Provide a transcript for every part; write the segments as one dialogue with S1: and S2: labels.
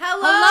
S1: Oh
S2: Oh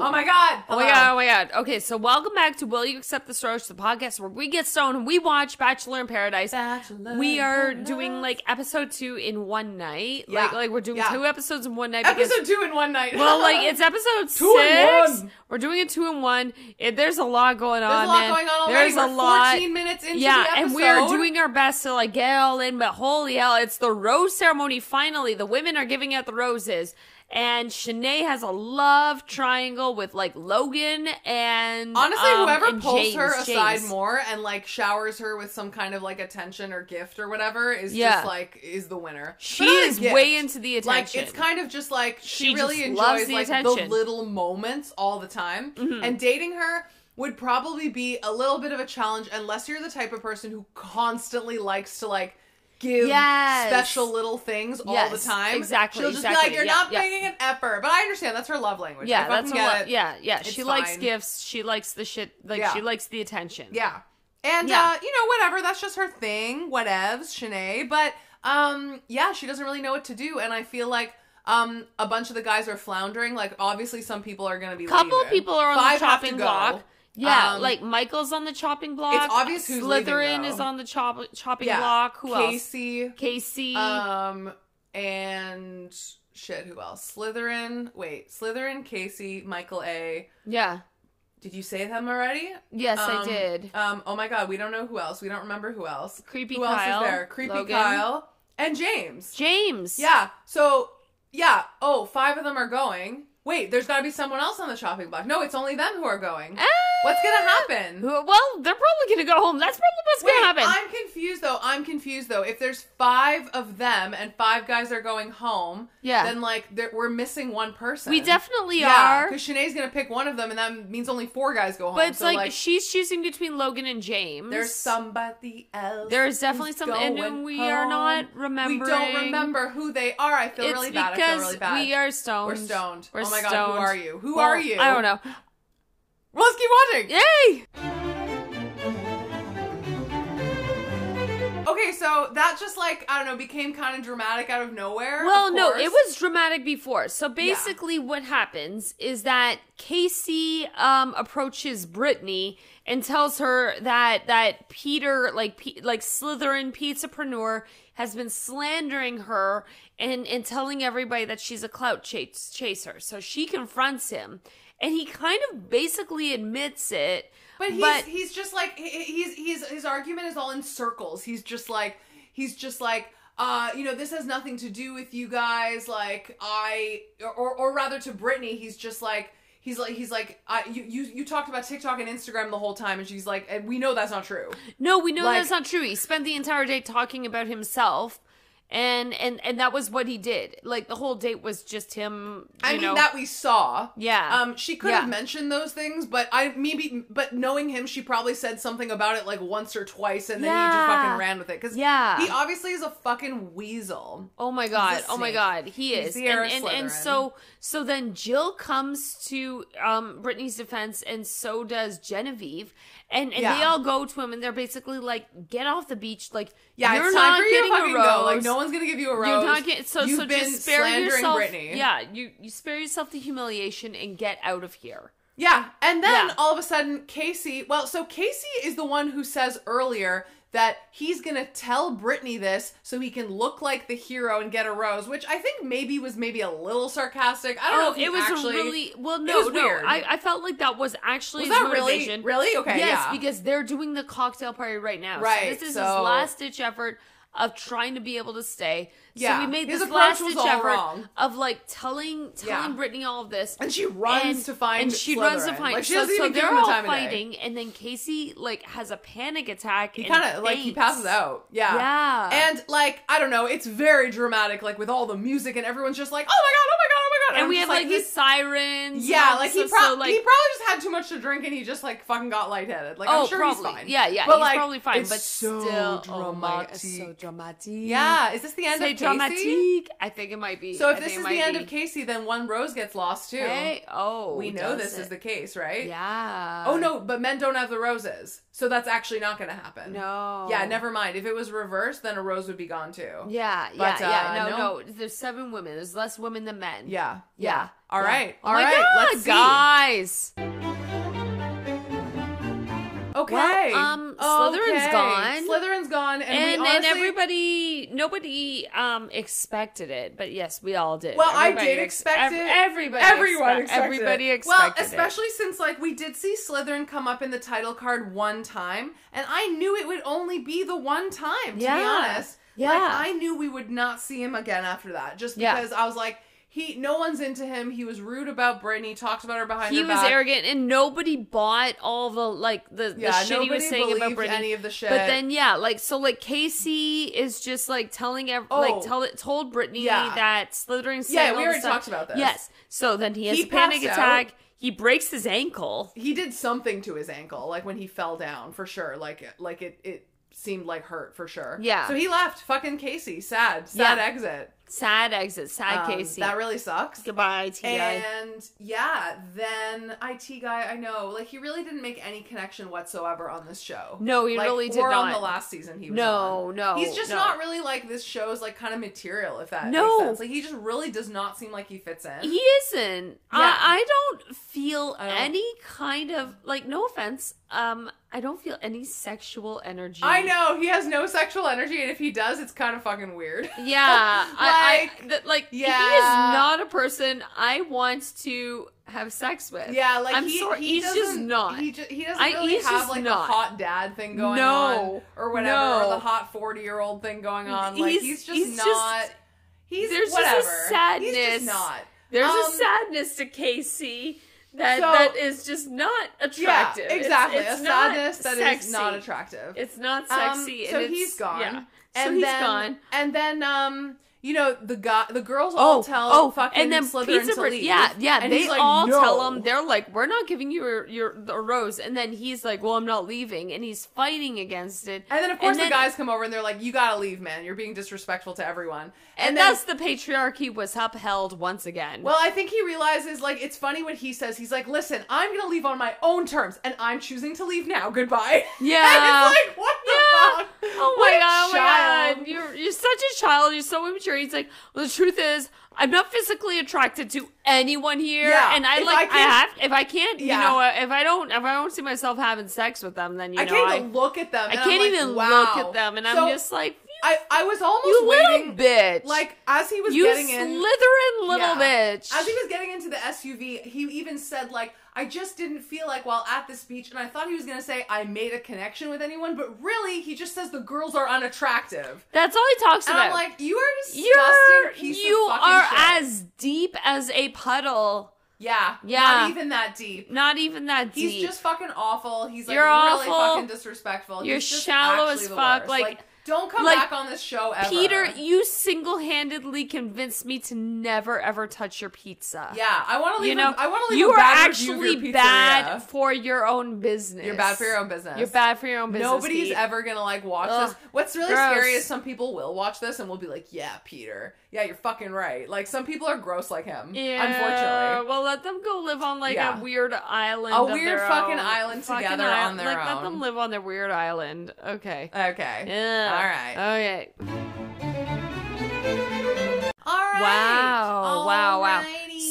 S1: Um,
S2: god. Okay, so welcome back to Will You Accept This Roach, the podcast where we get stoned and we watch Bachelor in Paradise.
S1: Bachelor
S2: we
S1: in
S2: are
S1: Paradise.
S2: doing like episode two in one night.
S1: Yeah.
S2: Like like we're doing
S1: Yeah.
S2: two episodes in one night because
S1: Episode two in one night.
S2: Well, like it's episode
S1: Two in
S2: six.
S1: one.
S2: We're doing a two in one. It, there's a lot going
S1: there's
S2: on.
S1: a lot
S2: man.
S1: going on already.
S2: There's
S1: We're
S2: a lot.
S1: 14 minutes into
S2: yeah,
S1: the episode.
S2: and we are doing our best to like get it all in, but holy hell, it's the rose ceremony. Finally, the women are giving out the roses, and Shanae has a love triangle with like Logan and
S1: Honestly,
S2: um,
S1: whoever
S2: and
S1: pulls
S2: James,
S1: her aside
S2: James.
S1: more and like showers her with some kind of like attention or gift or whatever is
S2: Yeah.
S1: just like is the winner.
S2: She
S1: But not a
S2: is
S1: gift.
S2: way into the attention.
S1: Like it's kind of just like she,
S2: She
S1: really
S2: just
S1: enjoys
S2: loves the
S1: like
S2: attention. Mm-hmm.
S1: the little moments all the time, and dating her would probably be a little bit of a challenge unless you're the type of person who constantly likes to like give
S2: Yes.
S1: special little things all the
S2: Yes,
S1: time.
S2: exactly,
S1: she'll just be
S2: exactly.
S1: like, "You're
S2: Yeah,
S1: not
S2: yeah.
S1: making an effort," but I understand that's her love language.
S2: yeah,
S1: I
S2: that's
S1: fucking
S2: a
S1: get
S2: lot.
S1: it.
S2: Yeah, yeah. She likes
S1: fine.
S2: gifts. She likes the shit. Like
S1: Yeah.
S2: she likes the attention.
S1: Yeah. And
S2: Yeah.
S1: uh, you know, whatever, that's just her thing, whatevs, Shanae. But um, yeah, she doesn't really know what to do, and I feel like um a bunch of the guys are floundering. Like obviously some people are gonna be
S2: couple
S1: leaving.
S2: people are on
S1: Five
S2: the
S1: have to
S2: chopping
S1: go.
S2: block. Yeah,
S1: Um,
S2: like Michael's on the chopping block.
S1: obvious who's leaving,
S2: Slytherin
S1: though.
S2: is on the chop- chopping
S1: yeah.
S2: block. Who else?
S1: Casey,
S2: Casey.
S1: um and shit, who else? Slytherin. Wait, Slytherin, Casey, Michael A.
S2: yeah.
S1: Did you say them already?
S2: Yes, I
S1: Um,
S2: did.
S1: Um, oh my god, we don't know who else. We don't remember who else.
S2: Creepy
S1: who
S2: Kyle.
S1: else is there? Creepy
S2: Logan.
S1: Kyle and James.
S2: James.
S1: Yeah. So yeah. Oh, five of them are going. Wait, there's got to be someone else on the chopping block. No, it's only them who are going.
S2: Ah!
S1: What's gonna happen?
S2: Who- well, they're probably gonna go home. That's probably what's
S1: Wait,
S2: gonna happen.
S1: I'm confused though. I'm confused though. If there's five of them and five guys are going home,
S2: Yeah.
S1: then like there- we're missing one person.
S2: we definitely
S1: yeah,
S2: are.
S1: because Shanae's gonna pick one of them, and that means only four guys go home.
S2: But it's
S1: so,
S2: like, she's choosing between Logan and James.
S1: there's somebody else.
S2: There is definitely
S1: who's
S2: some, and
S1: going
S2: we are
S1: home.
S2: not
S1: We
S2: remembering.
S1: don't remember who they are. I feel
S2: It's
S1: really bad.
S2: because
S1: I feel really bad.
S2: we are stoned.
S1: We're stoned.
S2: We're
S1: oh my
S2: stoned.
S1: god, who are you? Who
S2: Well,
S1: are you?
S2: I don't know.
S1: Well, let's keep watching.
S2: Yay!
S1: Okay, so that just like I don't know became kind of dramatic out of nowhere.
S2: Well,
S1: of
S2: no,
S1: course.
S2: it was dramatic before. So basically, what happens is that Casey um, approaches Brittany and tells her that that Peter, like P- like Slytherin pizzapreneur, has been slandering her and and telling everybody that she's a clout chase- chaser. So she confronts him, and he kind of basically admits it.
S1: but he's
S2: but-
S1: he's just like he- he's he's his argument is all in circles. He's just like he's just like. Uh, you know, this has nothing to do with you guys. Like I, or or rather, to Brittany, he's just like he's like he's like I. You you you talked about TikTok and Instagram the whole time, and she's like, and we know that's not true.
S2: No, we know
S1: Like-
S2: that's not true. He spent the entire day talking about himself, and and and that was what he did. Like the whole date was just him. You
S1: I mean
S2: know.
S1: that we saw.
S2: Yeah.
S1: Um, she could
S2: Yeah.
S1: have mentioned those things, but I maybe, but knowing him, she probably said something about it like once or twice, and then he just
S2: Yeah.
S1: fucking ran with it because
S2: Yeah.
S1: he obviously is a fucking weasel.
S2: Oh my god! Oh my
S1: snake.
S2: god! He
S1: He's
S2: is.
S1: the heir
S2: and
S1: of
S2: and, and
S1: Slytherin.
S2: so so then Jill comes to um Brittany's defense, and so does Genevieve, and and they
S1: Yeah.
S2: all go to him, and they're basically like, "Get off the beach! Like
S1: Yeah,
S2: you're
S1: it's
S2: not
S1: time for you to
S2: getting
S1: fucking
S2: a rose.
S1: go. Like no one's gonna give you a rose.
S2: You're not getting so
S1: You've
S2: so
S1: been
S2: just spare
S1: slandering
S2: yourself.
S1: Brittany.
S2: Yeah, you you spare yourself the humiliation and get out of here.
S1: Yeah. And then
S2: Yeah.
S1: all of a sudden, Casey, well, so Casey is the one who says earlier that he's going to tell Brittany this so he can look like the hero and get a rose, which I think maybe was maybe a little sarcastic. I don't know
S2: Oh,
S1: if he
S2: it was
S1: actually,
S2: a really well. No,
S1: was
S2: no,
S1: weird.
S2: I, I felt like that was actually
S1: Was
S2: his
S1: that really?
S2: motivation.
S1: Really? Okay.
S2: yes,
S1: yeah.
S2: because they're doing the cocktail party right now. So
S1: Right,
S2: this is his
S1: so-
S2: last ditch effort of trying to be able to stay.
S1: Yeah,
S2: so we made
S1: his
S2: this
S1: approach
S2: last
S1: was
S2: ditch
S1: all
S2: effort
S1: wrong.
S2: of like telling telling
S1: Yeah.
S2: Brittany all of this.
S1: and she runs
S2: and-
S1: to find
S2: and she
S1: Slytherin.
S2: runs to find
S1: Like, she
S2: so,
S1: doesn't
S2: so
S1: even give
S2: they're
S1: him the
S2: all
S1: time of day.
S2: fighting and then Casey like has a panic attack
S1: He kind of like he passes out. Yeah.
S2: Yeah.
S1: And like I don't know, it's very dramatic like with all the music and everyone's just like, "Oh my god, oh my god, oh my god."
S2: and
S1: I'm
S2: we
S1: just
S2: have like, the
S1: this
S2: sirens. and
S1: Yeah,
S2: all
S1: like
S2: this
S1: he,
S2: stuff,
S1: prob-
S2: so, like
S1: he probably just had too much to drink and he just like fucking got lightheaded. Like
S2: Oh,
S1: I'm sure
S2: probably.
S1: he's fine.
S2: Yeah, yeah,
S1: But
S2: he's
S1: like,
S2: probably fine.
S1: it's
S2: but
S1: so
S2: still, oh my God,
S1: dramatic.
S2: it's so dramatic.
S1: yeah, is this the end
S2: say
S1: of Casey?
S2: dramatique. I think it might be.
S1: So
S2: I
S1: if this
S2: think
S1: is
S2: it
S1: the
S2: might
S1: end
S2: be.
S1: of Casey, then one rose gets lost too.
S2: Hey, oh,
S1: we know
S2: does
S1: this is
S2: it.
S1: the case, right?
S2: Yeah.
S1: Oh no, but men don't have the roses, so that's actually not going to happen.
S2: No.
S1: Yeah, never mind. If it was reversed, then a rose would be gone too.
S2: Yeah,
S1: But,
S2: yeah, yeah.
S1: uh,
S2: No, no,
S1: no.
S2: There's seven women. There's less women than men.
S1: Yeah.
S2: Yeah.
S1: All
S2: yeah.
S1: right.
S2: Oh
S1: All
S2: my
S1: right.
S2: God,
S1: Let's see.
S2: guys.
S1: Okay.
S2: Well, um, Slytherin's gone.
S1: Slytherin's gone, and,
S2: and,
S1: we honestly,
S2: and everybody, nobody um expected it, but yes, we all did.
S1: Well, I
S2: Everybody
S1: did
S2: ex-
S1: expect
S2: ev-
S1: it.
S2: Everybody,
S1: Everyone
S2: expect-
S1: expected
S2: everybody
S1: it. Well,
S2: expected it.
S1: especially since like we did see Slytherin come up in the title card one time, and I knew it would only be the one time. To be
S2: Yeah.
S1: honest, like,
S2: Yeah.
S1: I knew we would not see him again after that, just
S2: Yeah.
S1: because I was like, he, no one's into him. He was rude about Brittany, talked about her behind
S2: he
S1: her
S2: was
S1: back.
S2: arrogant, and nobody bought all the like the, the
S1: yeah,
S2: shit he was
S1: nobody
S2: saying about
S1: believed
S2: Brittany.
S1: any of the shit.
S2: But then yeah, like so like Casey is just like telling ev-
S1: Oh.
S2: like tell told Brittany
S1: Yeah.
S2: that Slytherin's
S1: Yeah,
S2: saying
S1: we
S2: all
S1: already
S2: this stuff.
S1: talked about this.
S2: Yes. So then he has
S1: He
S2: a panic
S1: passed
S2: attack. He breaks his ankle.
S1: he did something to his ankle like when he fell down for sure like like it it seemed like hurt for sure
S2: Yeah.
S1: so he left fucking casey sad sad
S2: Yeah.
S1: exit
S2: Sad exit. Sad
S1: Um,
S2: Casey.
S1: that really sucks
S2: Goodbye, Ti.
S1: and yeah then it guy i know like he really didn't make any connection whatsoever on this show
S2: No, he
S1: Like,
S2: really did
S1: or
S2: not.
S1: on the last season he was
S2: No,
S1: on.
S2: no,
S1: he's just
S2: no.
S1: not really like this show's like kind of material if that
S2: No.
S1: makes sense like he just really does not seem like he fits in
S2: He isn't.
S1: Yeah.
S2: I, I don't feel
S1: I don't-
S2: any kind of like no offense. Um, I don't feel any sexual energy.
S1: i know he has no sexual energy and if he does it's kind of fucking weird
S2: Yeah, I, I
S1: Like,
S2: that, like he is
S1: yeah.
S2: not a person I want to have sex with.
S1: Yeah, like
S2: I'm
S1: he,
S2: sorry,
S1: he
S2: he's just
S1: doesn't-
S2: not.
S1: He, ju- he doesn't
S2: I-
S1: really
S2: he's
S1: have
S2: just
S1: like
S2: not.
S1: the hot dad thing going on
S2: No,
S1: or whatever, or
S2: no.
S1: the hot forty year old thing going on. Like he's,
S2: He's-
S1: just
S2: he's just-
S1: not. he's
S2: there's just a
S1: whatever. He's
S2: sadness.
S1: just not.
S2: There's
S1: Um,
S2: a sadness to Casey that
S1: so-
S2: that is just not attractive.
S1: Yeah,
S2: It's-
S1: exactly.
S2: it's
S1: a
S2: not
S1: sadness that is
S2: sexy.
S1: not attractive.
S2: It's not
S1: Um,
S2: sexy.
S1: so
S2: and it's,
S1: he's gone.
S2: Yeah.
S1: And
S2: so he's
S1: then,
S2: gone.
S1: And then um. You know the guy, the girls all tell fucking
S2: Oh, and then
S1: Slytherin
S2: pizza
S1: to
S2: Brit-
S1: leave.
S2: Yeah, yeah,
S1: And
S2: they
S1: he's like,
S2: all
S1: "No."
S2: tell him they're like, "We're not giving you your your the rose," and then he's like, "Well, I'm not leaving," and he's fighting against it.
S1: And then of course
S2: then-
S1: the guys come over and they're like, "You gotta leave, man. You're being disrespectful to everyone."
S2: and,
S1: then,
S2: thus the patriarchy was upheld once again.
S1: Well, I think he realizes like it's funny when he says he's like, "Listen, I'm gonna leave on my own terms, and I'm choosing to leave now. Goodbye."
S2: Yeah.
S1: and it's like what the
S2: Yeah.
S1: fuck?
S2: Oh
S1: What
S2: my
S1: a
S2: god! Oh my
S1: child.
S2: god! You're you're such a child. You're so immature. He's like, well, the truth is, I'm not physically attracted to anyone here,
S1: Yeah,
S2: and I
S1: if I
S2: like I,
S1: can't-
S2: have if I can't,
S1: Yeah.
S2: you know, uh, if I don't if I don't see myself having sex with them, then you
S1: I
S2: know,
S1: can't
S2: I,
S1: even look at them.
S2: I
S1: and I'm
S2: can't
S1: like,
S2: even
S1: wow.
S2: look at them, and
S1: So,
S2: I'm just like,
S1: I I was almost
S2: you
S1: waiting,
S2: little bitch,
S1: like as he was
S2: you
S1: getting in.
S2: Slytherin little
S1: Yeah.
S2: bitch.
S1: As he was getting into the SUV, he even said like, "I just didn't feel like while at this beach," and I thought he was gonna say, "I made a connection with anyone," but really, he just says the girls are unattractive.
S2: That's all he talks
S1: And
S2: about.
S1: I'm like, "You are a disgusting
S2: you're
S1: piece of
S2: you
S1: fucking
S2: are
S1: shit."
S2: as deep as a puddle.
S1: Yeah.
S2: Yeah.
S1: Not even that deep.
S2: Not even that deep.
S1: He's just fucking awful. He's like
S2: You're
S1: really
S2: awful.
S1: fucking disrespectful.
S2: You're
S1: He's just
S2: shallow
S1: actually
S2: as
S1: the
S2: fuck.
S1: worst.
S2: Like-
S1: don't come
S2: like,
S1: back on this show ever.
S2: Peter, you single-handedly convinced me to never ever touch your pizza.
S1: Yeah, I want to leave.
S2: you know,
S1: a, I want to leave.
S2: you
S1: a
S2: are
S1: bad review of your
S2: actually
S1: pizzeria.
S2: bad for your own business.
S1: You're bad for your own business.
S2: You're bad for your own business.
S1: Nobody's
S2: Pete.
S1: ever gonna like watch
S2: Ugh,
S1: this. What's really
S2: gross.
S1: scary is some people will watch this and will be like, "Yeah, Peter. Yeah, you're fucking right." Like some people are gross like him.
S2: Yeah,
S1: Unfortunately.
S2: Well, let them go live on like
S1: Yeah.
S2: a weird island.
S1: A
S2: of
S1: weird
S2: their
S1: fucking
S2: own.
S1: island together
S2: isle-
S1: on their
S2: like, Let
S1: own.
S2: them live on their weird island. Okay.
S1: Okay.
S2: Yeah.
S1: All right.
S2: Okay.
S1: All right.
S2: Wow. Wow. Wow.
S1: Alrighty.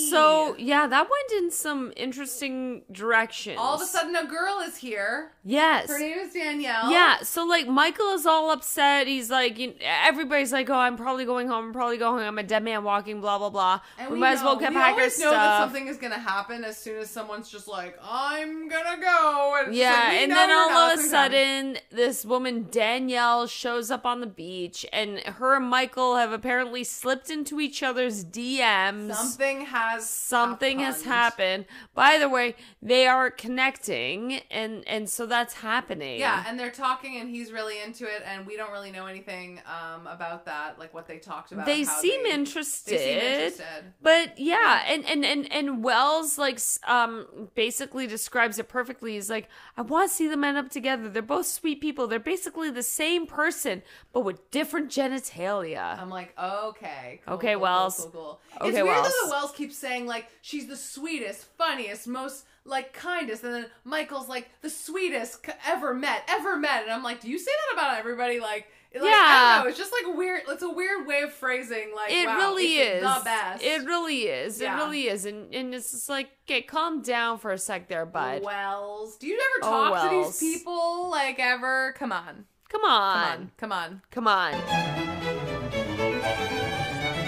S2: So yeah, that went in some interesting directions.
S1: all of a sudden, a girl is here.
S2: yes.
S1: Her name is Danielle.
S2: Yeah, so like Michael is all upset. He's like, you everybody's like, oh, I'm probably going home. I'm probably going home. I'm a dead man walking. Blah blah blah.
S1: And
S2: we, might as well
S1: know-
S2: get
S1: we
S2: back our
S1: always know that
S2: stuff.
S1: something is gonna happen as soon as someone's just like, "I'm gonna go." And it's just
S2: yeah,
S1: like, we
S2: and
S1: know
S2: then
S1: you're
S2: all
S1: not
S2: of a
S1: gonna come.
S2: sudden, this woman Danielle shows up on the beach, and her and Michael have apparently slipped into each other's DMs.
S1: something has
S2: Something has
S1: happened.
S2: happened. By the way, they are connecting, and and so that's happening.
S1: Yeah, and they're talking, and he's really into it, and we don't really know anything um, about that, like what they talked about.
S2: they
S1: how
S2: seem
S1: they,
S2: interested.
S1: They seem interested.
S2: But yeah, and and and and Wells like s- um basically describes it perfectly. He's like, I want to see them end up together. They're both sweet people. They're basically the same person, but with different genitalia.
S1: I'm like, okay, cool,
S2: Okay,
S1: cool,
S2: Wells.
S1: cool, cool, cool.
S2: Okay,
S1: it's weird
S2: Wells.
S1: that the Wells keeps saying like she's the sweetest, funniest, most like kindest, and then Michael's like the sweetest c- ever met, ever met, and I'm like, do you say that about everybody? Like Like, I don't know. It's just like weird. It's a weird way of phrasing. Like
S2: it
S1: wow,
S2: really
S1: it's
S2: is
S1: the best.
S2: It really is.
S1: Yeah.
S2: It really is. And and it's just like, okay, calm down for a sec there, bud.
S1: Wells. Do you ever
S2: Oh,
S1: talk to these
S2: Wells.
S1: people? Like ever? Come on.
S2: Come
S1: Come
S2: on.
S1: on. Come on.
S2: Come on.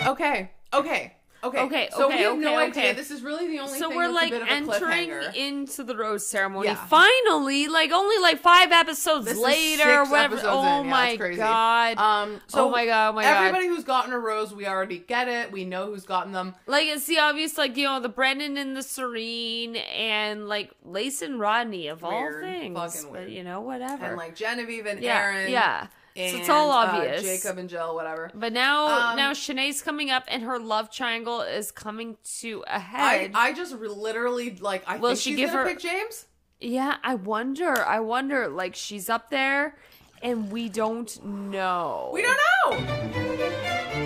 S1: Okay. Okay. Okay.
S2: Okay,
S1: So we
S2: okay,
S1: have no
S2: okay,
S1: idea.
S2: okay.
S1: This is really the only.
S2: So
S1: thing
S2: we're
S1: that's
S2: like
S1: a bit of a
S2: entering
S1: cliffhanger.
S2: into the rose ceremony.
S1: Yeah.
S2: Finally, like only like five episodes
S1: This is
S2: later,
S1: six
S2: whatever.
S1: episodes in. Yeah,
S2: oh
S1: it's
S2: my
S1: crazy.
S2: god.
S1: Um. So
S2: oh my god. Oh my god.
S1: Everybody who's gotten a rose, we already get it. We know who's gotten them.
S2: Like it's the obvious, like you know, the Brennan and the Serene, and like Lace and Rodney of
S1: Weird.
S2: all things.
S1: Fucking
S2: But
S1: weird.
S2: you know, whatever.
S1: And like Genevieve and
S2: yeah,
S1: Aaron.
S2: yeah. so it's
S1: and,
S2: all
S1: uh,
S2: obvious.
S1: Jacob and Jill, whatever.
S2: But now,
S1: Um,
S2: now Shanae's coming up, and her love triangle is coming to a
S1: I,
S2: head.
S1: I just re- literally like I
S2: Will
S1: think
S2: she
S1: she's
S2: give
S1: gonna
S2: her-
S1: pick James.
S2: yeah, I wonder. I wonder. Like she's up there, and we don't know.
S1: We don't know.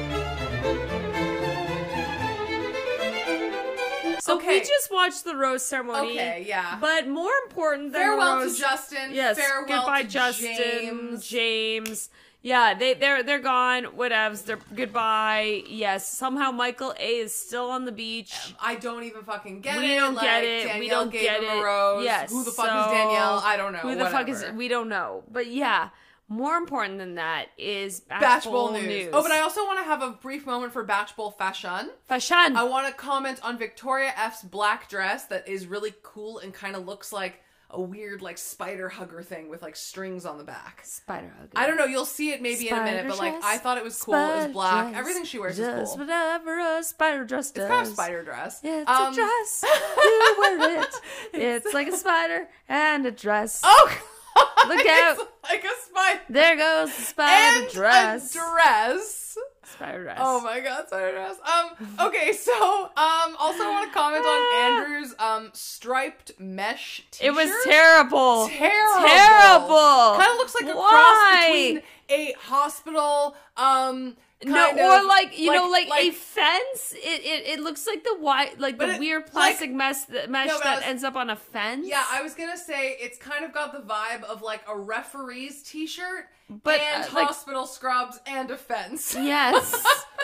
S2: So
S1: Okay.
S2: we just watched the rose ceremony.
S1: Okay, yeah.
S2: But more important than
S1: Farewell
S2: the
S1: to
S2: rose,
S1: Justin.
S2: Yes.
S1: Farewell
S2: goodbye,
S1: to
S2: Justin.
S1: James.
S2: James. Yeah, they they're they're gone. Whatevs. They're goodbye. Yes. Somehow Michael A is still on the beach.
S1: I don't even fucking get
S2: we
S1: it.
S2: don't
S1: like,
S2: get it.
S1: Danielle
S2: we don't
S1: gave
S2: get
S1: him
S2: it.
S1: A rose.
S2: Yes.
S1: Who the fuck
S2: so-
S1: is Danielle? I don't know.
S2: Who the fuck is?
S1: whatever.
S2: We don't know. But yeah, more important than that is
S1: Batchful
S2: bashful
S1: news.
S2: news.
S1: Oh, but I also want to have a brief moment for Batchful fashion.
S2: Fashan.
S1: I want to comment on Victoria F's black dress that is really cool and kind of looks like a weird like spider hugger thing with like strings on the back.
S2: Spider hug.
S1: I don't know. You'll see it maybe in a minute,
S2: Spider
S1: but like
S2: dress,
S1: I thought it was cool. It was
S2: Spider
S1: black.
S2: dress,
S1: Everything she wears is
S2: does
S1: cool.
S2: Whatever a spider dress does.
S1: It's kind of spider dress.
S2: Yeah, it's
S1: Um,
S2: a dress. You wear it. It's like a spider and a dress.
S1: Oh, God,
S2: Look out.
S1: it's like a spider
S2: There goes the spider
S1: and
S2: dress.
S1: A dress.
S2: spider dress.
S1: Oh my god, spider dress. Um, okay, so um, also I want to comment on Andrew's um striped mesh
S2: It
S1: t-shirt.
S2: was terrible.
S1: Terrible.
S2: Terrible.
S1: Kind of looks like a cross
S2: Why?
S1: between a hospital, um,
S2: No,
S1: kind
S2: or
S1: of-
S2: like you know, like, a fence. It, it it looks like the white, like
S1: But
S2: the
S1: it-
S2: weird
S1: like-
S2: plastic mess that mesh
S1: No, but I
S2: that
S1: was-
S2: ends up on a fence.
S1: Yeah, I was gonna say it's kind of got the vibe of like a referee's T-shirt,
S2: But,
S1: and
S2: uh, like-
S1: hospital scrubs and a fence.
S2: yes,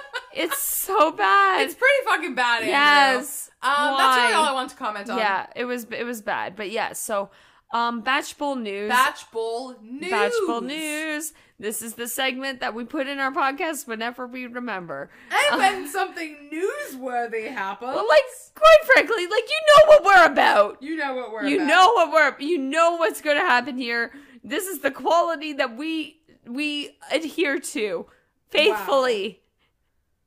S2: it's so bad.
S1: It's pretty fucking bad. Andrew.
S2: Yes.
S1: um, that's really
S2: Why?
S1: all I want to comment on.
S2: yeah, it was it was bad, but yeah. So, um, batch bowl news.
S1: Batch Bowl news.
S2: Batchful news. This is the segment that we put in our podcast whenever we remember.
S1: And when something newsworthy happens,
S2: But Oh. like, quite frankly, like you know what we're about.
S1: you know what we're
S2: you
S1: about.
S2: know what we're you know what's going to happen here this is the quality that we we adhere to faithfully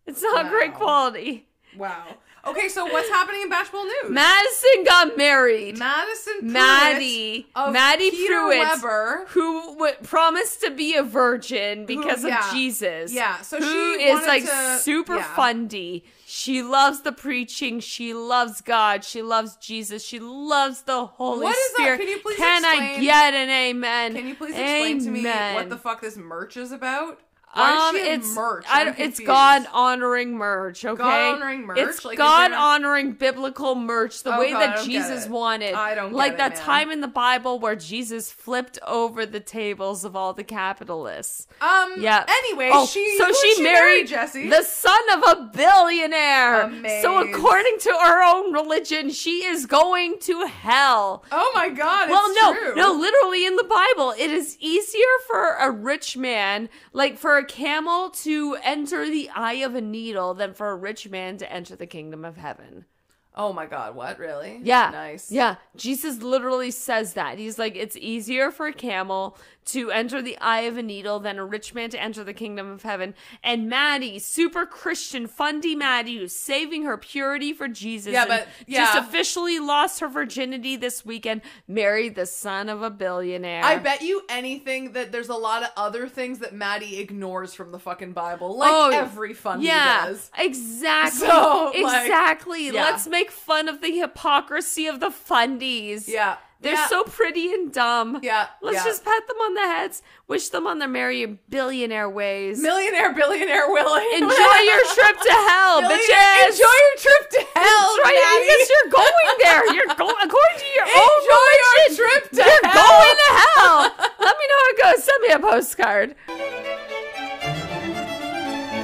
S2: it's not
S1: Wow.
S2: great quality
S1: Wow. Okay, so what's happening in Batch Bowl news?
S2: madison got married
S1: Madison Pruitt
S2: maddie
S1: of
S2: maddie
S1: Peter
S2: pruitt
S1: Weber.
S2: who w- promised to be a virgin because
S1: yeah.
S2: of jesus
S1: Yeah, so
S2: who
S1: she
S2: is
S1: wanted
S2: like
S1: to-
S2: super
S1: yeah.
S2: fundy. She loves the preaching. She loves God. She loves Jesus. She loves the Holy
S1: What is that?
S2: Spirit.
S1: Can you please
S2: Can I
S1: explain-
S2: get an amen?
S1: Can you please explain to me what
S2: Amen.
S1: the fuck this merch is about? Why
S2: Um,
S1: does she have
S2: it's
S1: merch?
S2: I
S1: I'm
S2: don't- it's
S1: confused.
S2: God honoring merch. Okay,
S1: God-honoring merch?
S2: It's
S1: Like, is
S2: God
S1: there-
S2: honoring biblical merch, the
S1: Oh,
S2: way
S1: God, I
S2: that
S1: don't get
S2: Jesus
S1: it.
S2: wanted.
S1: I don't get
S2: like
S1: it,
S2: that
S1: man.
S2: time in the Bible where Jesus flipped over the tables of all the capitalists.
S1: Um.
S2: Yeah.
S1: Anyway,
S2: Oh,
S1: she
S2: so
S1: who
S2: she, married
S1: Jesse.
S2: the son of a billionaire. So
S1: Amazed.
S2: according to her own religion, she is going to hell.
S1: oh my God!
S2: well,
S1: it's
S2: no,
S1: true.
S2: no, literally in the Bible, it is easier for a rich man, like for a camel to enter the eye of a needle than for a rich man to enter the kingdom of heaven.
S1: Oh my God! What really?
S2: Yeah.
S1: Nice.
S2: Yeah. Jesus literally says that. He's like, it's easier for a camel to enter the eye of a needle than a rich man to enter the kingdom of heaven. And Maddie, super Christian, fundy Maddie, who's saving her purity for Jesus.
S1: Yeah,
S2: and
S1: but- yeah.
S2: Just officially lost her virginity this weekend, married the son of a billionaire.
S1: I bet you anything that there's a lot of other things that Maddie ignores from the fucking Bible, like
S2: Oh,
S1: every fun
S2: Yeah,
S1: does.
S2: exactly.
S1: So, like,
S2: exactly.
S1: yeah.
S2: Let's make fun of the hypocrisy of the fundies.
S1: Yeah.
S2: They're
S1: Yeah.
S2: so pretty and dumb.
S1: Yeah,
S2: Let's
S1: yeah.
S2: just pat them on the heads, wish them on their merry billionaire ways.
S1: millionaire, billionaire, Willie.
S2: Enjoy your trip to hell, bitches.
S1: Enjoy your trip to hell,
S2: That's right,
S1: Maddie.
S2: because you're going there. You're going according to your own
S1: Enjoy your
S2: religion.
S1: trip to
S2: Oh You're
S1: hell.
S2: going to hell. Let me know how it goes. Send me a postcard.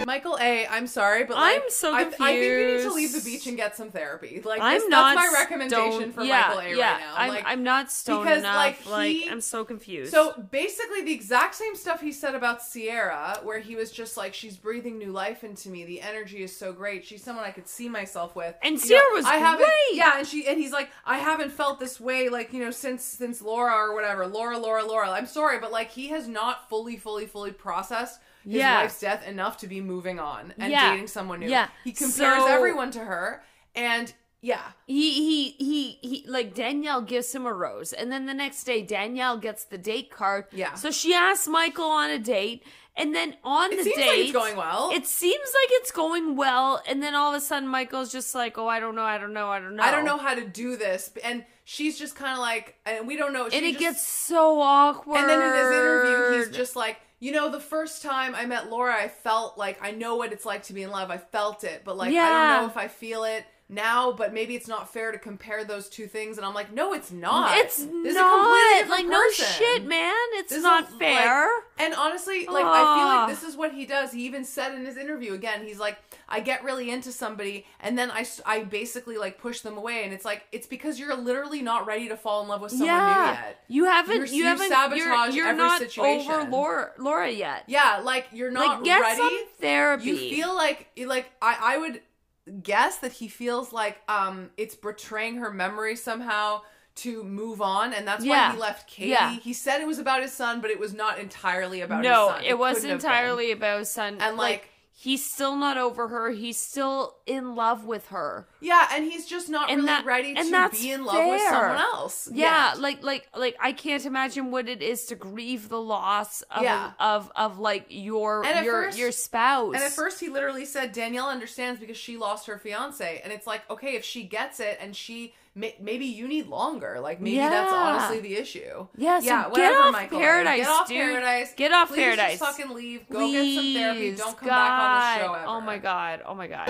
S1: Michael A. I'm sorry, but like,
S2: I'm so
S1: I, I think you need to
S2: confused.
S1: leave the beach and get some therapy. Like
S2: I'm
S1: this,
S2: not.
S1: that's my recommendation
S2: stoned-
S1: for
S2: yeah,
S1: Michael A.
S2: Yeah,
S1: right now.
S2: I'm,
S1: like,
S2: I'm not stoned
S1: because,
S2: enough.
S1: like,
S2: Like,
S1: he-
S2: I'm so confused.
S1: so basically, the exact same stuff he said about Sierra, where he was just like, "She's breathing new life into me. The energy is so great. She's someone I could see myself with."
S2: And
S1: You know,
S2: Sierra was
S1: I haven't,
S2: great.
S1: Yeah, and she and he's like, "I haven't felt this way like you know since since Laura or whatever. Laura, Laura, Laura. I'm sorry, but like he has not fully, fully, fully processed." His
S2: Yeah.
S1: wife's death enough to be moving on and
S2: Yeah.
S1: dating someone new.
S2: Yeah.
S1: He compares
S2: So-
S1: everyone to her and yeah.
S2: he he he he like Danielle gives him a rose and then the next day Danielle gets the date card.
S1: Yeah.
S2: So she asks Michael on a date and then on the
S1: It seems
S2: date
S1: like it's going well.
S2: It seems like it's going well and then all of a sudden Michael's just like, "Oh, I don't know, I don't know, I don't know."
S1: I don't know how to do this. And she's just kind of like, and we don't know. She
S2: And it
S1: just-
S2: gets so awkward.
S1: And then in this interview, he's just like, you know, the first time I met Laura, I felt like I know what it's like to be in love. I felt it, but like I
S2: Yeah.
S1: don't know if I feel it now. But maybe it's not fair to compare those two things. And I'm like, no, it's not.
S2: it's
S1: This is a completely
S2: not
S1: different
S2: like no
S1: person.
S2: shit, man. It's
S1: This is,
S2: not
S1: like-
S2: fair.
S1: and honestly, like I feel
S2: Ah.
S1: like this is what he does. He even said in his interview again, he's like, I get really into somebody, and then I, s- I basically like push them away, and it's like it's because you're literally not ready to fall in love with someone new yet.
S2: You haven't
S1: You're- you
S2: you're, you have not you're,
S1: sabotage
S2: you're
S1: every
S2: not
S1: situation.
S2: over Laura, Laura yet.
S1: Yeah, like you're not
S2: like get
S1: ready.
S2: some therapy.
S1: You feel like like I I would guess that he feels like um it's betraying her memory somehow to move on and that's why
S2: Yeah.
S1: he left Katie.
S2: Yeah.
S1: He said it was about his son, but it was not entirely about
S2: no,
S1: his son.
S2: it was
S1: couldn't have been.
S2: entirely about his son.
S1: And, like-
S2: he's still not over her. He's still in love with her.
S1: Yeah, and he's just not
S2: And
S1: really
S2: that-
S1: ready
S2: and
S1: to
S2: that's
S1: be in love with
S2: fair.
S1: someone else.
S2: Yeah, like like like I can't imagine what it is to grieve the loss of
S1: Yeah.
S2: of, of like your
S1: And at
S2: your
S1: first-
S2: your spouse.
S1: And at first, he literally said Danielle understands because she lost her fiance, and it's like, okay, if she gets it, and she may, maybe you need longer. Like maybe that's
S2: Yeah.
S1: honestly the issue.
S2: Yeah, so get off Paradise,
S1: Get off
S2: dude.
S1: paradise.
S2: Get off
S1: Please
S2: Paradise.
S1: Just fucking leave. Go get some therapy.
S2: Please,
S1: Don't come back on the show
S2: God.
S1: ever.
S2: Oh my god. Oh my god.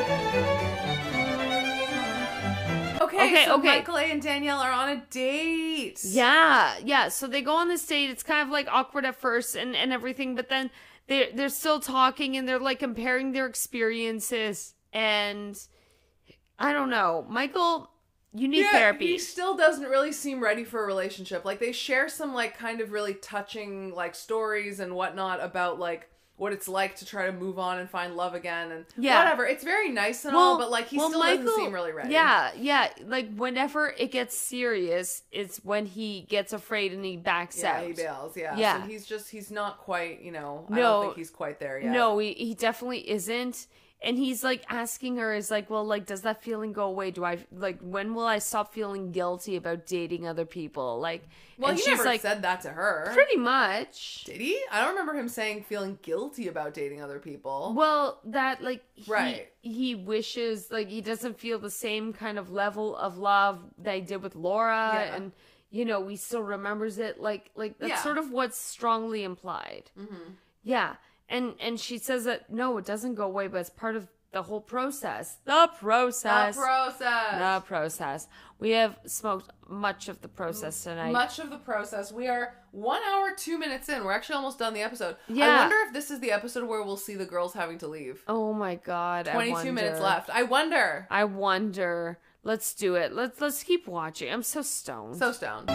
S1: Okay,
S2: Okay,
S1: so
S2: okay.
S1: Michael A and Danielle are on a date.
S2: Yeah, yeah. So they go on this date. It's kind of like awkward at first and, and everything, but then they're they're still talking and they're like comparing their experiences and I don't know. Michael, you need therapy.
S1: He still doesn't really seem ready for a relationship. Like they share some like kind of really touching like stories and whatnot about like what it's like to try to move on and find love again and
S2: Yeah.
S1: whatever. It's very nice and all, but like he
S2: well,
S1: still doesn't
S2: Michael-
S1: seem really ready.
S2: Yeah, yeah. Like whenever it gets serious, it's when he gets afraid and he backs
S1: Yeah,
S2: out.
S1: he bails. Yeah.
S2: Yeah.
S1: So he's just he's not quite, you know, I
S2: No.
S1: don't think he's quite there yet.
S2: No, he, he definitely isn't. And he's like asking her, is like, well, like, does that feeling go away? Do I like when will I stop feeling guilty about dating other people? Like,
S1: Well,
S2: and
S1: he
S2: she's
S1: never
S2: like,
S1: said that to her.
S2: pretty much.
S1: Did he? I don't remember him saying feeling guilty about dating other people.
S2: Well, that like he,
S1: Right.
S2: he wishes like he doesn't feel the same kind of level of love that he did with Laura,
S1: Yeah.
S2: and you know he still remembers it. Like like that's
S1: Yeah.
S2: sort of what's strongly implied.
S1: Mhm.
S2: Yeah, and and she says that no, it doesn't go away, but it's part of the whole process. The process.
S1: The process.
S2: The process. We have smoked much of the process tonight.
S1: much of the process. We are one hour, two minutes in. We're actually almost done the episode. I
S2: Yeah.
S1: wonder if this is the episode where we'll see the girls having to leave.
S2: Oh my god. I
S1: 22 minutes
S2: wonder.
S1: left. I wonder.
S2: I wonder. Let's do it. Let's let's keep watching. I'm so stoned.
S1: So stoned.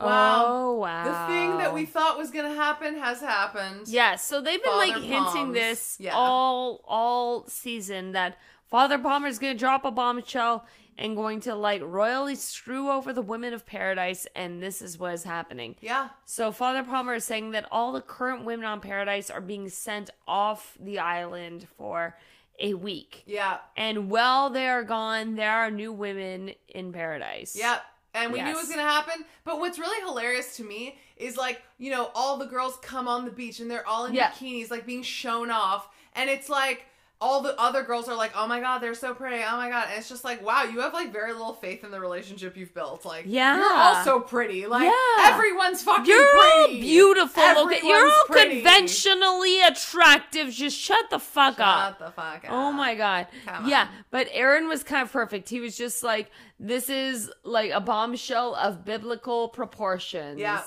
S1: Wow.
S2: Oh wow.
S1: The thing that we thought was going to happen has happened.
S2: Yeah, so they've been like
S1: Father
S2: hinting
S1: Palms.
S2: this
S1: Yeah.
S2: all all season that Father Palmer's gonna drop a bombshell and going to like royally screw over the women of paradise, and this is what is happening.
S1: Yeah.
S2: So Father Palmer is saying that all the current women on paradise are being sent off the island for a week.
S1: Yeah.
S2: And while they are gone, there are new women in paradise.
S1: Yep. And we knew it was
S2: Yes.
S1: going to happen. But what's really hilarious to me is like, you know, all the girls come on the beach and they're all in
S2: Yeah.
S1: bikinis, like being shown off. And it's like, all the other girls are like, oh my God, they're so pretty. Oh my God. And it's just like, wow, you have like very little faith in the relationship you've built. Like,
S2: Yeah.
S1: you're all so pretty. Like,
S2: Yeah.
S1: everyone's fucking
S2: You're all
S1: pretty.
S2: beautiful.
S1: Everyone's
S2: Okay, you're all
S1: pretty.
S2: conventionally attractive. Just shut the fuck up.
S1: Shut the fuck up.
S2: Oh my god.
S1: Come
S2: yeah,
S1: on.
S2: but Aaron was kind of perfect. He was just like, this is like a bombshell of biblical proportions.
S1: Yeah.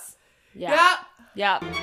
S2: Yeah. Yeah.
S1: Yeah.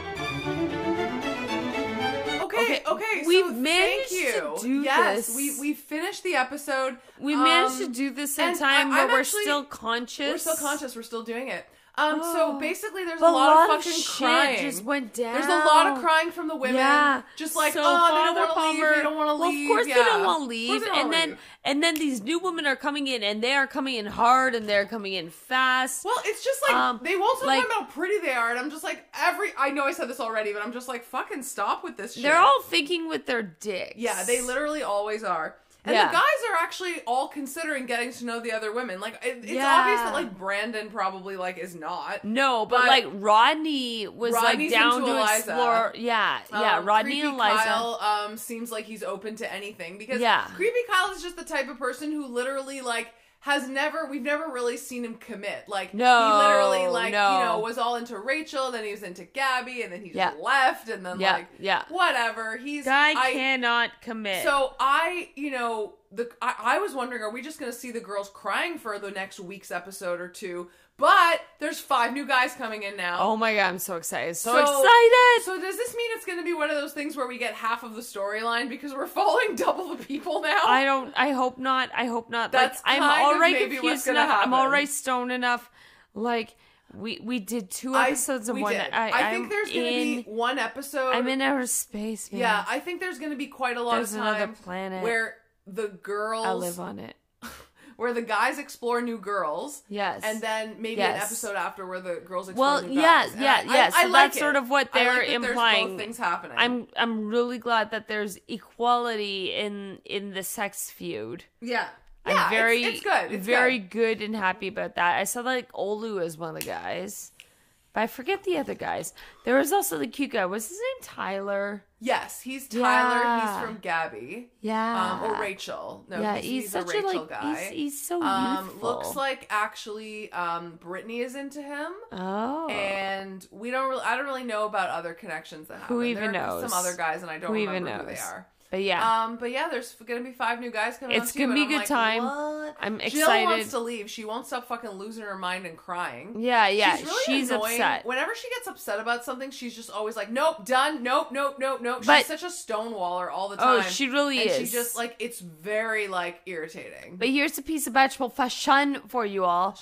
S1: Okay,
S2: Okay, we
S1: thank
S2: managed to do
S1: yes,
S2: this.
S1: we we finished the episode.
S2: We
S1: Um,
S2: managed to do this in
S1: and
S2: time
S1: I-
S2: where
S1: I'm
S2: we're
S1: actually-
S2: still conscious.
S1: We're still conscious. We're still doing it. Um. So
S2: Oh.
S1: basically, there's
S2: But
S1: a lot, of fucking
S2: shit
S1: crying.
S2: just went down.
S1: There's a lot of crying from the women.
S2: Yeah,
S1: Just like,
S2: So
S1: oh, they
S2: Father
S1: don't want to leave. They
S2: Palmer-
S1: don't want to
S2: Well,
S1: leave.
S2: of course
S1: yeah.
S2: they don't want to
S1: Of course they
S2: leave.
S1: don't
S2: And
S1: wanna
S2: then,
S1: leave.
S2: and then these new women are coming in, and they are coming in hard, and they're coming in fast.
S1: Well, it's just like
S2: Um,
S1: they won't stop
S2: like-
S1: talking about how pretty they are, and I'm just like every. I know I said this already, but I'm just like fucking stop with this. shit.
S2: They're all thinking with their dicks.
S1: Yeah, they literally always are. And
S2: Yeah.
S1: the guys are actually all considering getting to know the other women. Like it, it's
S2: Yeah.
S1: obvious that like Brandon probably like is not.
S2: No, but,
S1: But-
S2: like Rodney was
S1: Rodney's
S2: like down
S1: into
S2: to
S1: Eliza.
S2: explore. Yeah, yeah.
S1: Um,
S2: Rodney
S1: Creepy
S2: and Eliza.
S1: Kyle um, seems like he's open to anything because
S2: Yeah.
S1: creepy Kyle is just the type of person who literally like has never we've never really seen him commit. Like
S2: No,
S1: he literally like
S2: no.
S1: you know was all into Rachel, then he was into Gabby, and then he just
S2: Yeah.
S1: left, and then
S2: Yeah,
S1: like
S2: yeah.
S1: whatever. He's
S2: Guy
S1: I-
S2: cannot commit.
S1: So I, you know, the I, I was wondering, are we just gonna see the girls crying for the next week's episode or two? But there's five new guys coming in now.
S2: oh my god, I'm so excited! So,
S1: So-
S2: excited!
S1: So does this mean it's gonna be one of those things where we get half of the storyline because we're following double the people now?
S2: I don't. I hope not. I hope not.
S1: That's
S2: like, I'm
S1: kind of
S2: already
S1: maybe what's
S2: confused
S1: gonna
S2: enough. I'm
S1: happen.
S2: already stoned enough. Like we we did two
S1: I-
S2: episodes of
S1: we
S2: one. e-
S1: did.
S2: I,
S1: I
S2: I'm
S1: think there's gonna
S2: in,
S1: be one episode.
S2: I'm in outer space. Man.
S1: yeah, I think there's gonna be quite a lot
S2: There's
S1: of
S2: another
S1: time
S2: planet.
S1: where the girls
S2: I live on it.
S1: where the guys explore new girls.
S2: Yes.
S1: And then maybe an
S2: Yes.
S1: episode after where the girls explore
S2: Well,
S1: new
S2: yeah,
S1: guys. And
S2: yeah,
S1: I-
S2: yeah.
S1: I, I
S2: So
S1: like
S2: that's
S1: it.
S2: sort of what
S1: I like
S2: they're
S1: that there's both
S2: implying.
S1: things happening.
S2: I'm I'm really glad that there's equality in in the sex feud.
S1: yeah.
S2: I'm
S1: Yeah,
S2: very
S1: it's, it's good. It's
S2: very
S1: good.
S2: good. and happy about that. I saw like Olu as one of the guys. But I forget the other guys. There was also the cute guy. Was his name Tyler?
S1: Yes, he's Tyler.
S2: Yeah.
S1: He's from Gabby.
S2: Yeah.
S1: Um, or Rachel. No,
S2: Uh-huh. yeah,
S1: he's,
S2: he's,
S1: he's
S2: such
S1: a Rachel
S2: like
S1: guy.
S2: he's he's so
S1: um,
S2: youthful.
S1: looks like actually um, Brittany is into him.
S2: oh
S1: And we don't really, I don't really know about other connections that happen.
S2: even
S1: there are
S2: knows?
S1: Some other guys, and I don't
S2: Who even
S1: remember who
S2: knows?
S1: they are.
S2: but yeah,
S1: Um, but yeah, there's gonna be five new guys coming.
S2: It's
S1: on too,
S2: gonna be
S1: and
S2: a
S1: I'm
S2: good
S1: like,
S2: time.
S1: What?
S2: I'm
S1: Jill
S2: excited.
S1: wants to leave. She won't stop fucking losing her mind and crying.
S2: yeah, yeah.
S1: she's, really annoying.
S2: upset.
S1: Whenever she gets upset about something, she's just always like, "Nope, done. Nope, nope, nope, nope."
S2: But-
S1: she's such a stonewaller all the
S2: Oh,
S1: time.
S2: she really
S1: and
S2: is.
S1: She just like it's very like irritating.
S2: But here's a piece of vegetable fashion for you all.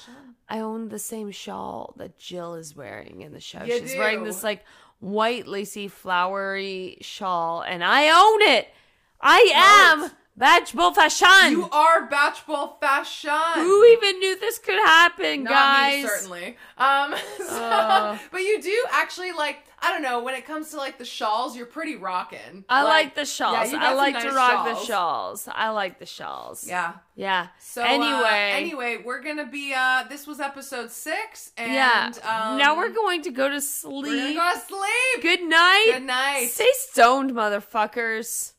S2: I own the same shawl that Jill is wearing in the show.
S1: You
S2: She's wearing
S1: do.
S2: this like white lacy flowery shawl, and I own it. I am vegetable fashion.
S1: you are batchball fashion.
S2: Who even knew this could happen,
S1: Not
S2: guys?
S1: me, certainly. Um, so-
S2: Uh.
S1: but you do actually like I don't know when it comes to like the shawls, you're pretty rocking.
S2: I like, the
S1: yeah,
S2: shawls.
S1: you got
S2: I
S1: some
S2: like to
S1: nice
S2: rock the
S1: shawls.
S2: shawls. I like the shawls.
S1: Yeah.
S2: Yeah.
S1: So
S2: anyway,
S1: uh, anyway, we're gonna be. uh This was episode six, and
S2: yeah.
S1: um,
S2: now we're going to go to
S1: We're
S2: sleep.
S1: gonna go to sleep.
S2: Good night.
S1: Good night.
S2: Stay stoned, motherfuckers.